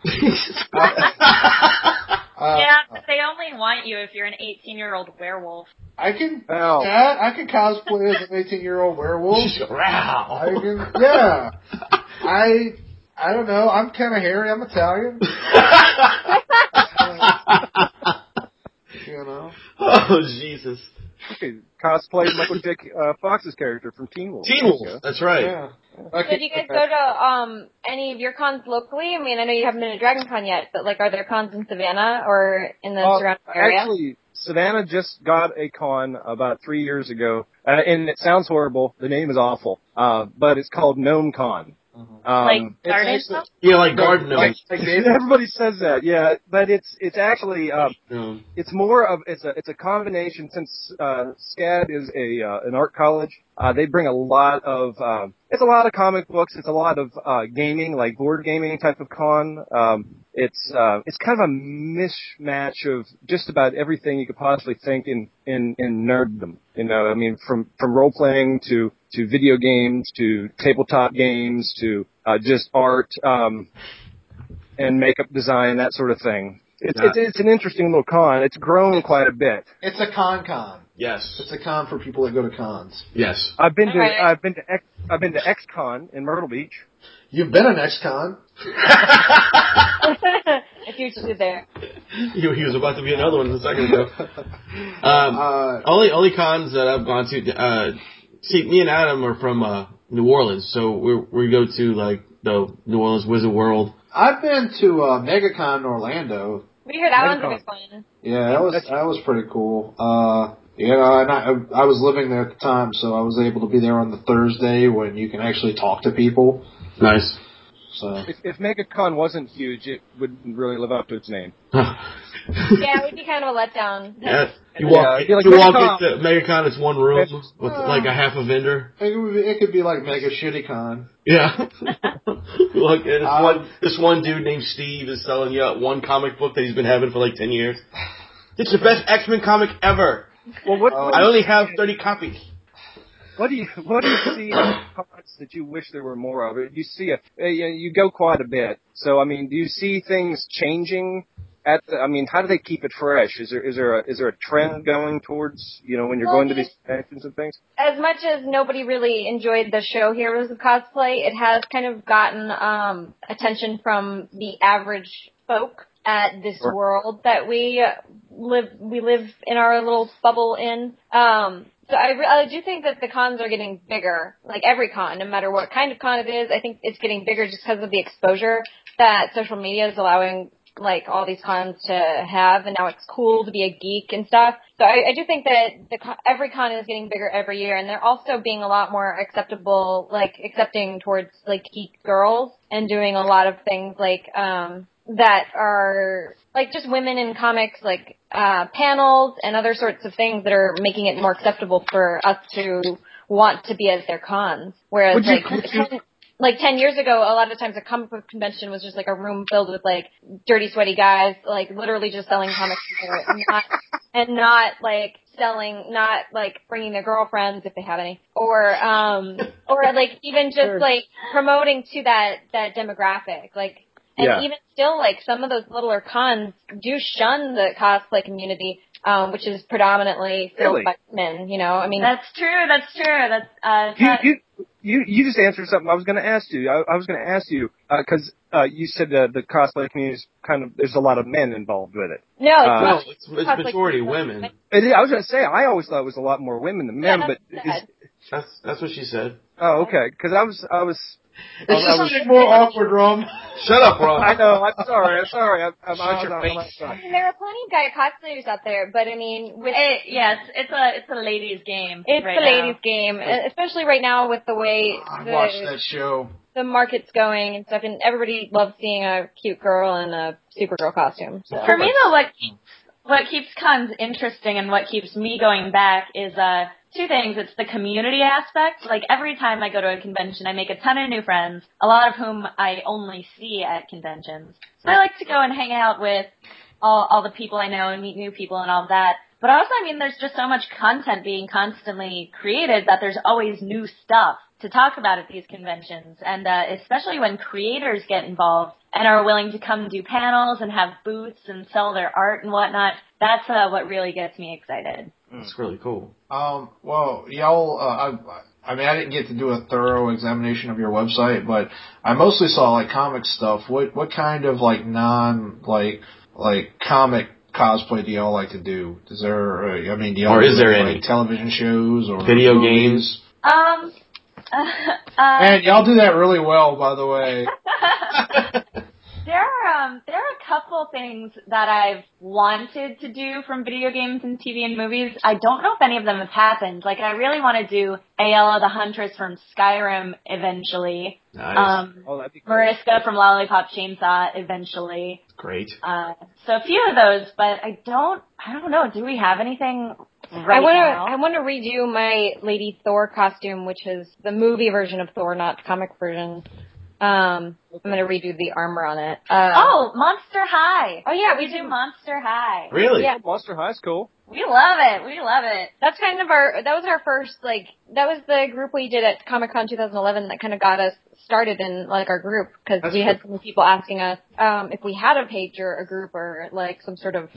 Uh, yeah, but they only want you if you're an 18 year old werewolf. I can Ow. that I can cosplay as an 18 year old werewolf. Just go, "Row." I can, yeah. I I don't know. I'm kind of hairy. I'm Italian. You know. oh Jesus! Okay, cosplay Michael J. Uh, Fox's character from Teen Wolf. Teen There you Wolf. go. That's right. Yeah. So do you guys go to um any of your cons locally? I mean, I know you haven't been to Dragon Con yet, but like, are there cons in Savannah or in the Oh, Uh, surrounding area? Actually, Savannah just got a con about three years ago, uh, and it sounds horrible. The name is awful, uh, but it's called Gnome Con. Mhm. Um, like it's garden actually- stuff? Yeah, like garden Like, gnomes. like David- everybody says that, yeah, but it's it's actually um, Um, it's more of it's a it's a combination since uh SCAD is a uh, an art college. Uh they bring a lot of um it's a lot of comic books, it's a lot of uh gaming, like board gaming type of con. Um it's uh it's kind of a mishmash of just about everything you could possibly think in in in nerddom. You know, I mean from from role playing to to video games to tabletop games to uh just art um and makeup design, that sort of thing. It's, Yeah. it's, it's an interesting little con. It's grown quite a bit. It's a con con. yes. It's a con for people that go to cons. Yes. I've been to Alright. I've been to X, I've been to XCon in Myrtle Beach. You've been an ex con. it's usually there. he, he was about to be another one a second ago. Um, Uh, only only cons that I've gone to. Uh, see, me and Adam are from uh, New Orleans. So we we go to like the New Orleans Wizard World. I've been to uh, MegaCon in Orlando. We heard that one's a Medicom. big one. Yeah, that was that was pretty cool. Uh, you know, and I I was living there at the time, so I was able to be there on the Thursday when you can actually talk to people. Nice. So If, if MegaCon wasn't huge, it wouldn't really live up to its name. Yeah, it would be kind of a letdown. Yeah, you Yeah, walk, it'd be like Uh. you walk MegaCon. into MegaCon, it's one room Yeah. with like a half a vendor. it could be, it could be like Mega Shitty Con. Yeah. you walk in, it's Uh. Um, one, this one dude named Steve is selling you one comic book that he's been having for like 10 years. It's the best X-Men comic ever. Well, what Oh. what, I only have 30 copies. what do you what do you see in cons that you wish there were more of? You see a uh, you you go quite a bit. So I mean, do you see things changing? At the, I mean, how do they keep it fresh? Is there is there a, is there a trend going towards you know when you're Well, going to it's- these conventions and things? as much as nobody really enjoyed the show Heroes of Cosplay, it has kind of gotten um, attention from the average folk at this Sure. world that we live we live in our little bubble in. Um, so I, re- I do think that the cons are getting bigger, like every con, no matter what kind of con it is. I think it's getting bigger just because of the exposure that social media is allowing like all these cons to have, and now it's cool to be a geek and stuff. So I, I do think that the con- every con is getting bigger every year, and they're also being a lot more acceptable, like accepting towards like geek girls and doing a lot of things like um that are like just women in comics, like uh panels and other sorts of things that are making it more acceptable for us to want to be at their cons. Whereas Would you- like would you- like 10 years ago, a lot of times a comic book convention was just like a room filled with like dirty, sweaty guys, like literally just selling comics to their- and not, and not like selling, not like bringing their girlfriends if they have any, or, um, or like even just Sure. like promoting to that, that demographic, like, and Yeah. even still, like some of those littler cons do shun the cosplay community, um, which is predominantly filled Really? by men. You know, I mean, That's true. That's true. That's uh, you, that- you, you, you just answered something I was going to ask you. I, I was going to ask you because uh, you said the the cosplay community is kind of there's a lot of men involved with it. no, it's Uh, not. No, it's, it's majority women. it is- I was going to say I always thought it was a lot more women than men, Yeah, but that's is, sad. That's, that's what she said. oh okay, because I was I was It I just was- sounded more awkward, Rom. Shut up, I Ron. know I'm sorry I'm sorry I'm, I'm, Shut I'm, your I'm, face. I sorry. mean, there are plenty of guy cosplayers out there, but I mean, with it, yes, it's a it's a ladies' game. it's right the now. ladies' game, and especially right now with the way Oh, I watched the, that show. the market's going and stuff, and everybody loves seeing a cute girl in a Supergirl costume. So. For me though, what keeps, what keeps cons interesting and what keeps me going back is uh two things. It's the community aspect. Like every time I go to a convention, I make a ton of new friends, a lot of whom I only see at conventions. So I like to go and hang out with all all the people I know and meet new people and all that. But also, I mean, there's just so much content being constantly created that there's always new stuff to talk about at these conventions. And uh, especially when creators get involved and are willing to come do panels and have booths and sell their art and whatnot, that's uh, what really gets me excited. That's really cool. Um, well, y'all, uh, I, I mean, I didn't get to do a thorough examination of your website, but I mostly saw like comic stuff. What what kind of like non like like comic cosplay do y'all like to do? Is there? Uh, I mean, do y'all Or is do, there like, any? television shows or Video movies? Um, uh, Man, y'all do that really well, by the way. There are um, there are a couple things that I've wanted to do from video games and TV and movies. I don't know if any of them have happened. Like I really want to do Ayla the Huntress from Skyrim eventually. Nice. Um, Oh, that'd be cool. Mariska from Lollipop Chainsaw eventually. Great. Uh, so a few of those, but I don't I don't know. Do we have anything right I want now? to I want to redo my Lady Thor costume, which is the movie version of Thor, not the comic version. Um, I'm gonna redo the armor on it. Uh, oh, Monster High. oh yeah, We do Monster High. Really? Yeah. Monster High's cool. We love it. We love it. That's kind of our that was our first like that was the group we did at Comic Con 2011 that kind of got us started in like our group because That's we had some people asking us um, if we had a page or a group or like some sort of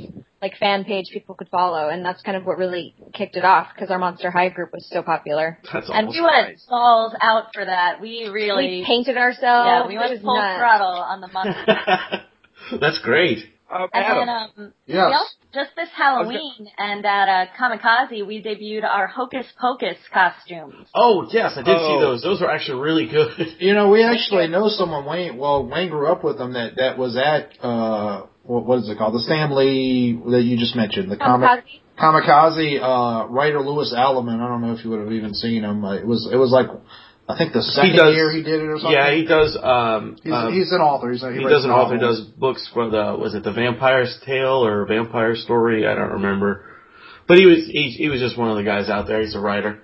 like fan page people could follow and that's kind of what really kicked it off because our Monster High group was so popular. That's And We awesome. went balls out for that. We really We painted ourselves. Yeah, we It went was full nuts. throttle on the month. That's great. Uh, And Adam. then um, Yes. we also, just this Halloween and at uh, Kamikaze, we debuted our Hocus Pocus costumes. Oh yes, I did see Oh. those. Those were actually really good. You know, we actually know someone Wayne. Well, Wayne grew up with them that that was at uh, what, what is it called? The Sam Lee that you just mentioned, Oh, the comic Kamikaze. kamikaze uh, writer Louis Alleman. I don't know if you would have even seen him. Uh, It was it was like I think the second does- year he did it or something. yeah, he does. Um, he's, uh, he's an author. He's a, he writes does an author novels. does books for the was it the Vampire's Tale or Vampire Story? I don't remember. But he was he, he was just one of the guys out there. He's a writer.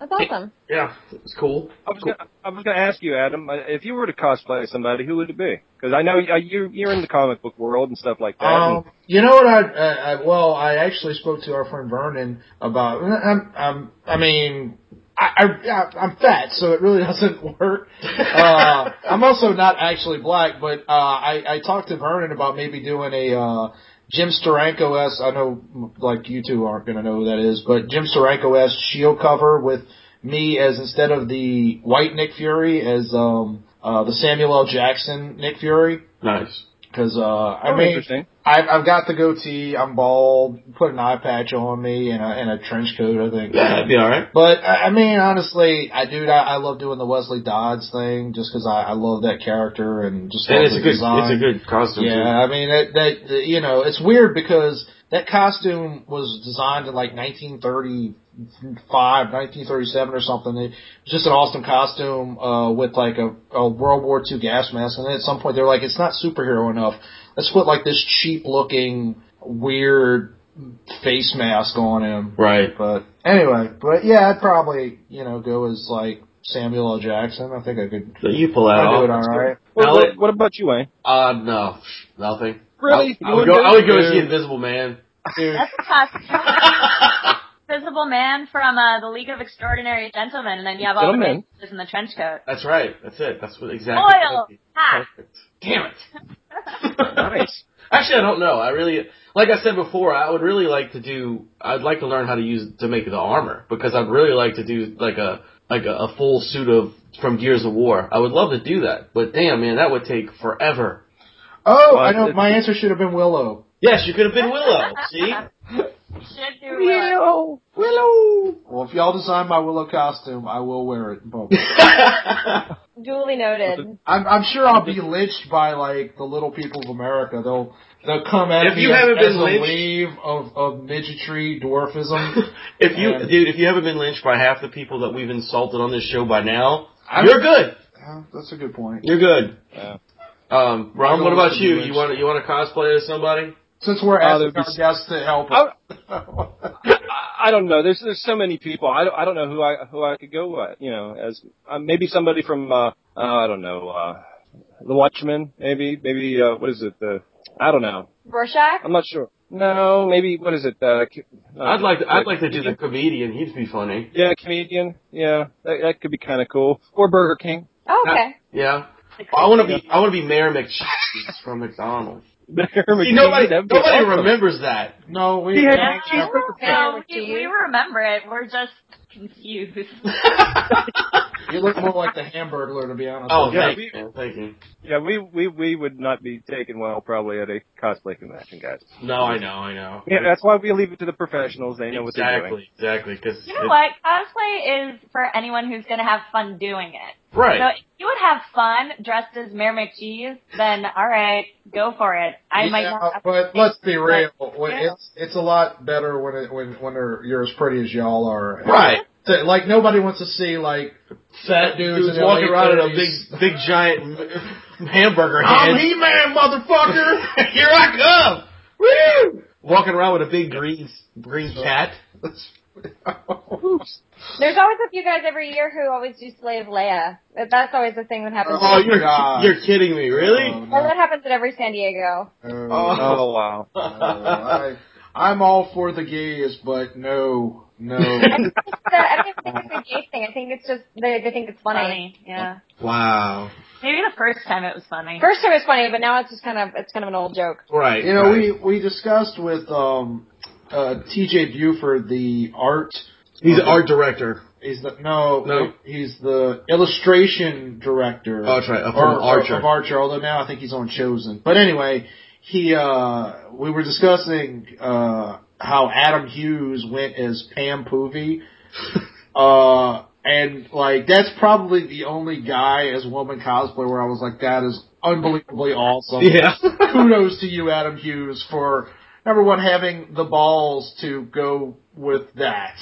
That's awesome. Yeah, it was cool. I was gonna, I was going to ask you, Adam, uh, if you were to cosplay somebody, who would it be? Because I know uh, you're you're in the comic book world and stuff like that. and- Um, you know what? I, I, I well, I actually spoke to our friend Vernon about. I'm, I'm, I mean, I, I, I'm fat, so it really doesn't work. Uh, I'm also not actually black, but uh, I, I talked to Vernon about maybe doing a uh, Jim Steranko s. I know, like you two aren't going to know who that is, but Jim Steranko s. Shield cover with me as instead of the white Nick Fury as um uh the Samuel L. Jackson Nick Fury. Nice. Because uh, I Oh, mean, interesting. I've, I've got the goatee. I'm bald. Put an eye patch on me and a, and a trench coat. I think. Yeah, that'd be all right. But I I mean, honestly, I dude, I, I love doing the Wesley Dodds thing just because I, I love that character and just And love it's the a good design. it's a good costume. Yeah, too. I mean that that that, you know it's weird because that costume was designed in like 1935, 1937 or something. It was just an awesome costume uh, with like a, a World War II gas mask, and then at some point they're like, it's not superhero enough. Let's put like this cheap looking weird face mask on him. Right. But anyway, but yeah, I'd probably you know go as like Samuel L. Jackson. I think I could. So you Oh, pull that I'd off. do it all That's good. right. What, Now what, let- what about you, Wayne? Uh, no, nothing. Really? I, I You would wouldn't go. do it? I would go as the Dude. Invisible Man. Dude, That's a costume. Visible man from uh, the League of Extraordinary Gentlemen, and then you have all the Gentlemen. badges in the trench coat. That's right. That's it. That's what exactly. what Oil. it is. Ah. Ha. Perfect. Damn it. nice. Actually, I don't know. I really, like I said before, I would really like to do. I'd like to learn how to use to make the armor because I'd really like to do like a like a, a full suit of from Gears of War. I would love to do that, but damn man, that would take forever. Oh, Well, I know. it- My answer should have been Willow. Yes, you could have been Willow. See, Should do well. Willow. Well, if y'all design my Willow costume, I will wear it. in public. Duly noted. I'm, I'm sure I'll be lynched by like the little people of America. They'll they'll come at If me you as, haven't been as a lynched- wave of of midgetry, dwarfism. if you, And- dude, if you haven't been lynched by half the people that we've insulted on this show by now, I- you're good. Yeah, that's a good point. You're good. Yeah. Um, Ron, Michael what about Wilson you? lynched. You want to you want to cosplay as somebody? Since we're Oh, asking there'd be our s- guests to help, I, Oh. us. I, I don't know. There's there's so many people. I don't, I don't know who I who I could go with. You know, as uh, maybe somebody from uh, uh, I don't know uh, the Watchmen. Maybe maybe uh, what is it? The I don't know. Rorschach? I'm not sure. No, maybe what is it? Uh, c- uh, I'd like to, I'd like to do comedian? the comedian. He'd be funny. Yeah, comedian. Yeah, that, that could be kind of cool. Or Burger King. Oh, okay. Yeah. I want to be I want to be Mayor McCheese from McDonald's. See, nobody That'd nobody be awesome. remembers that. no, we. He had no, cheese no. No, Sandwich we, cheese. we remember it. We're just confused. You look more like the Hamburglar, to be honest. oh, with you. yeah, thank we- you, man. Thank you. Yeah, we we we would not be taken well probably at a cosplay convention, guys. No, I know, I know. Yeah, that's why we leave it to the professionals. They know what they're doing. exactly, exactly. Because You know what? Cosplay is for anyone who's going to have fun doing it. So right, if you would have fun dressed as Mayor McCheese, then all right, go for it. I Yeah, might not. Have but let's be real. When Yeah. It's it's a lot better when it, when when they're, you're as pretty as y'all are. right. Th- Like nobody wants to see like Fat dudes dude's in their walking late around in a thirties. big, big giant m- hamburger hand. Man, motherfucker. Here I come. Woo! Walking around with a big green green cat. There's always a few guys every year who always do Slave Leia. That's always the thing that happens. Oh, you're God. you're kidding me, Oh, really? Or no. that happens at every San Diego. Oh, Oh wow! no. I, I'm all for the gays, but no, no. I think it's the, I don't even think it's a gay thing. I think it's just they, they think it's funny. funny. Yeah. wow. Maybe the first time it was funny. First time it's funny, but now it's just kind of it's kind of an old joke. Right. You know, right. we we discussed with um uh T.J. Buford the art. He's an art director. He's the no, No. He's the illustration director. Oh, that's right. Of or, Archer. Of Archer, although now I think he's on Chosen. But anyway, he uh we were discussing uh how Adam Hughes went as Pam Poovey. uh and like that's probably the only guy as woman cosplay where I was like, that is unbelievably awesome. Yeah. Kudos to you, Adam Hughes, for number one having the balls to go with that.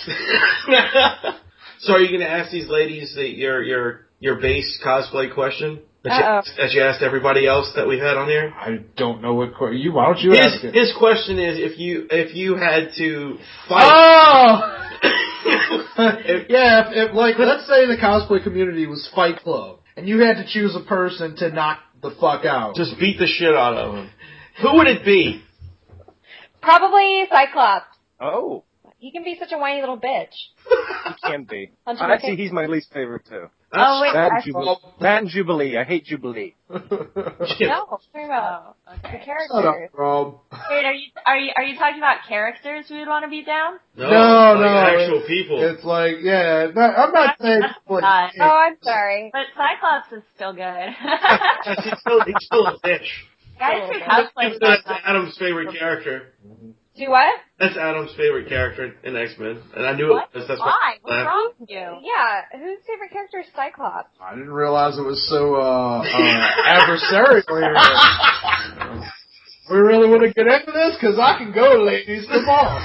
so are you going to ask these ladies the, your your your base cosplay question that you, Uh-oh. that you asked everybody else that we've had on here? I don't know what que- you. Why don't you His ask it? his question is if you if you had to fight. Oh. yeah, if, if like let's say the cosplay community was Fight Club, and you had to choose a person to knock the fuck out. Just beat the shit out of him. Who would it be? Probably Cyclops. Oh, He can be such a whiny little bitch. he can be. Punch him Actually, okay. he's my least favorite too. Oh wait, That and that's- Jubilee. That and Jubilee. I hate Jubilee. no, scream up. Oh, The okay. Shut up, characters. Rob. Wait, are you are you are you talking about characters we would want to be down? No, like No, no, actual people. It's like, yeah, not, I'm not saying like, not. Oh, I'm sorry. But Cyclops is still good. Yes, he's, still, he's still a bitch. Guys who That's cosplay Cyclops. Adam's favorite character. Do what? That's Adam's favorite character in X Men, and I knew What? it was. That's Why? why. What's wrong with you? Yeah, whose favorite character is Cyclops? I didn't realize it was so uh, uh adversarial. here. we really want to get into this because I can go, ladies. Come on.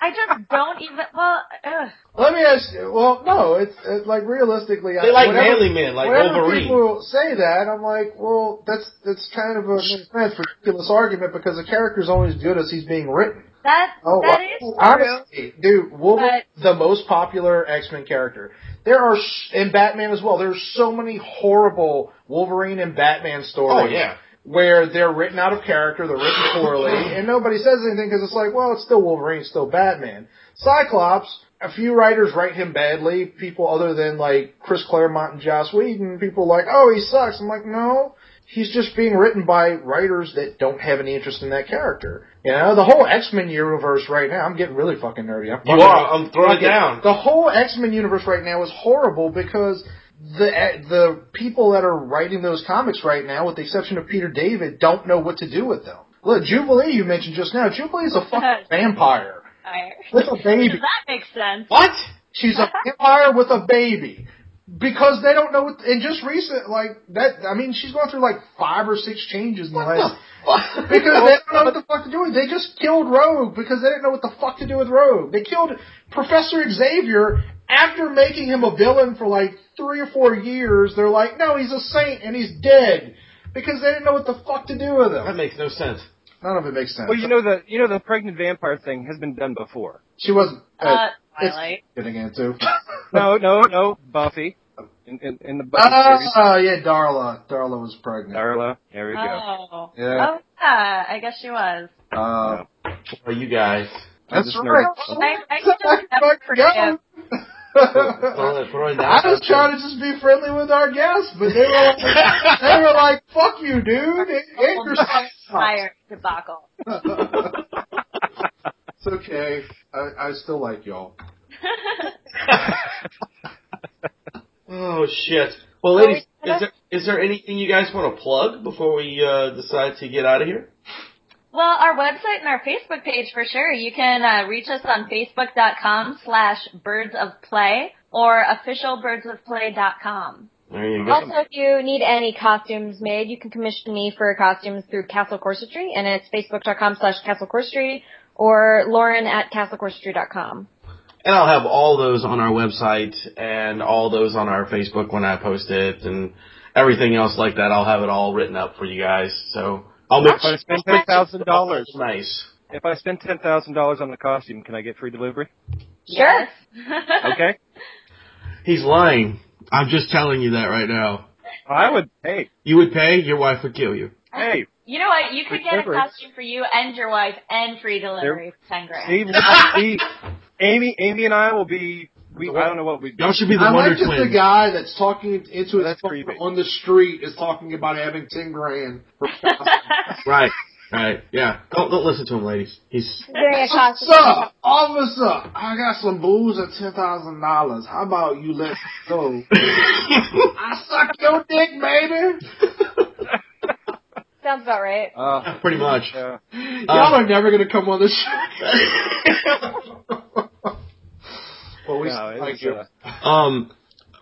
I just don't even. Well, ugh. Let me ask you. Well, no, it's, it's like realistically, I, They like whatever, manly men, like whenever Wolverine. people say that, I'm like, well, that's that's kind of a that's a ridiculous argument because the character's only as good as he's being written. that Oh, that I- is true. honestly, dude, Wolverine's the most popular X Men character. There are s- and Batman as well. There's so many horrible Wolverine and Batman stories. Oh yeah. Where they're written out of character, they're written poorly, and nobody says anything because it's like, well, it's still Wolverine, it's still Batman. Cyclops, a few writers write him badly. People other than like Chris Claremont and Joss Whedon, people are like, oh, he sucks. I'm like, no, he's just being written by writers that don't have any interest in that character. You know, the whole X Men universe right now. I'm getting really fucking nerdy. I'm You fucking- are. I'm throwing it down. the whole X Men universe right now is horrible because the eh, the people that are writing those comics right now, with the exception of Peter David, don't know what to do with them. Look, Jubilee, you mentioned just now. Jubilee's a fucking vampire Alright. with a baby. Does that make sense? What? She's a vampire with a baby. Because they don't know what, and just recent, like, that, I mean, she's gone through like five or six changes in the last because they don't know what the fuck to do with. They just killed Rogue because they didn't know what the fuck to do with Rogue. They killed Professor Xavier after making him a villain for like three or four years. They're like, no, he's a saint and he's dead because they didn't know what the fuck to do with That him. makes no sense. None of it makes sense. Well, you know the you know the pregnant vampire thing has been done before. she wasn't Uh, uh, Twilight. getting into. No, no, no. Buffy in in, in the Buffy series. Oh yeah, Darla. Darla was pregnant. Darla. There we go. Oh. Yeah. Oh yeah, I guess she was. Uh, Oh, you guys. I'm that's just right. nervous. I- I can just remember for now. Throw it- throw it down. I was trying to just be friendly with our guests, but they were like, they were like, "Fuck you, dude." It, it, Old you're- Fire debacle. it's okay. I, I still like y'all. Oh shit. Well, Are we ladies, done? is there is there anything you guys want to plug before we uh, decide to get out of here? Well, our website and our Facebook page for sure. You can uh, reach us on facebook.com slash birds of play or officialbirdsofplay.com. There you go. Also, if you need any costumes made, you can commission me for costumes through Castle Corsetry, and it's facebook.com slash Castle Corsetry or Lauren at castlecorsetry.com. And I'll have all those on our website and all those on our Facebook when I post it and everything else like that. I'll have it all written up for you guys. So I'll make If I spend ten thousand dollars, Nice. if I spend ten thousand dollars on the costume, can I get free delivery? Sure. Okay. He's lying. I'm just telling you that right now. I would. Hey, You would pay, your wife would kill you. hey. You know what? You could get a Delivery. costume for you and your wife and free delivery for 10 grand. See, we'll see, Amy, Amy, and I will be. We, I don't know what we. Y'all should be the I Wonder like just the Twins. guy that's talking into his That's phone creepy. on the street is talking about having ten grand. For Right. Right. Yeah. Don't don't listen to him, ladies. He's Doing a costume. Sir, officer, I got some booze at ten thousand dollars. How about you let me go? I suck your dick, baby. So Sounds about right. Uh, Pretty much. yeah. Y'all are never gonna come on this show. well, we No, it like was, you. uh, Um,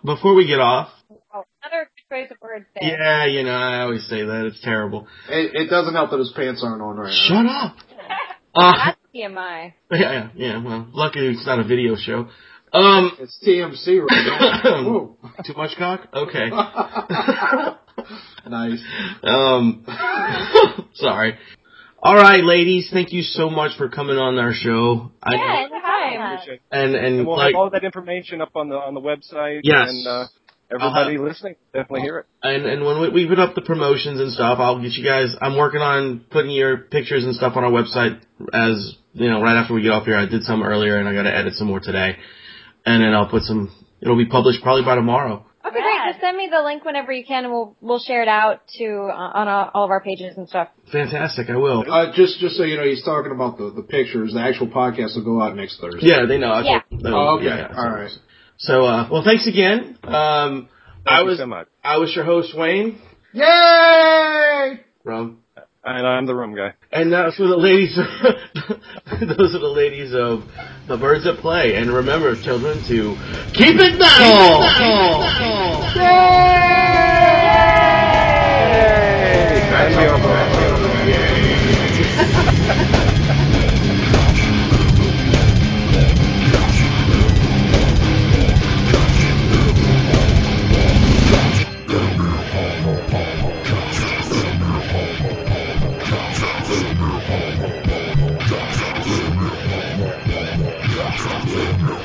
before we get off, Oh, another good choice of words there. yeah, you know, I always say that it's terrible. It, it doesn't help that his pants aren't on right now. Shut up. Uh, That's TMI. yeah, yeah. Well, luckily it's not a video show. Um, It's TMC right now. too much cock. Okay. Whoa. nice. Um, sorry. All right, ladies, thank you so much for coming on our show. I, Yeah, Yeah. anytime. appreciate it. and and, And we'll like have all that information up on the on the website. yes, Uh-huh. And uh, everybody listening, definitely hear it. and and when we, we put up the promotions and stuff, I'll get you guys. I'm working on putting your pictures and stuff on our website as you know. Right after we get off here, I did some earlier, and I got to edit some more today, and then I'll put some. It'll be published probably by tomorrow. Okay, great. Rad. Just send me the link whenever you can, and we'll we'll share it out to uh, on uh, all of our pages and stuff. Fantastic, I will. Uh, just, just so you know, he's talking about the, the pictures. The actual podcast will go out next Thursday. Yeah, they know. I Yeah. told- they- Oh, okay. yeah, yeah. All right. So, uh, well, thanks again. Um, Thank I you was so much. I was your host Wayne Yay! from, And I'm the room guy. and that's for the ladies. those are the ladies of the birds at play. And remember, children, to keep it metal.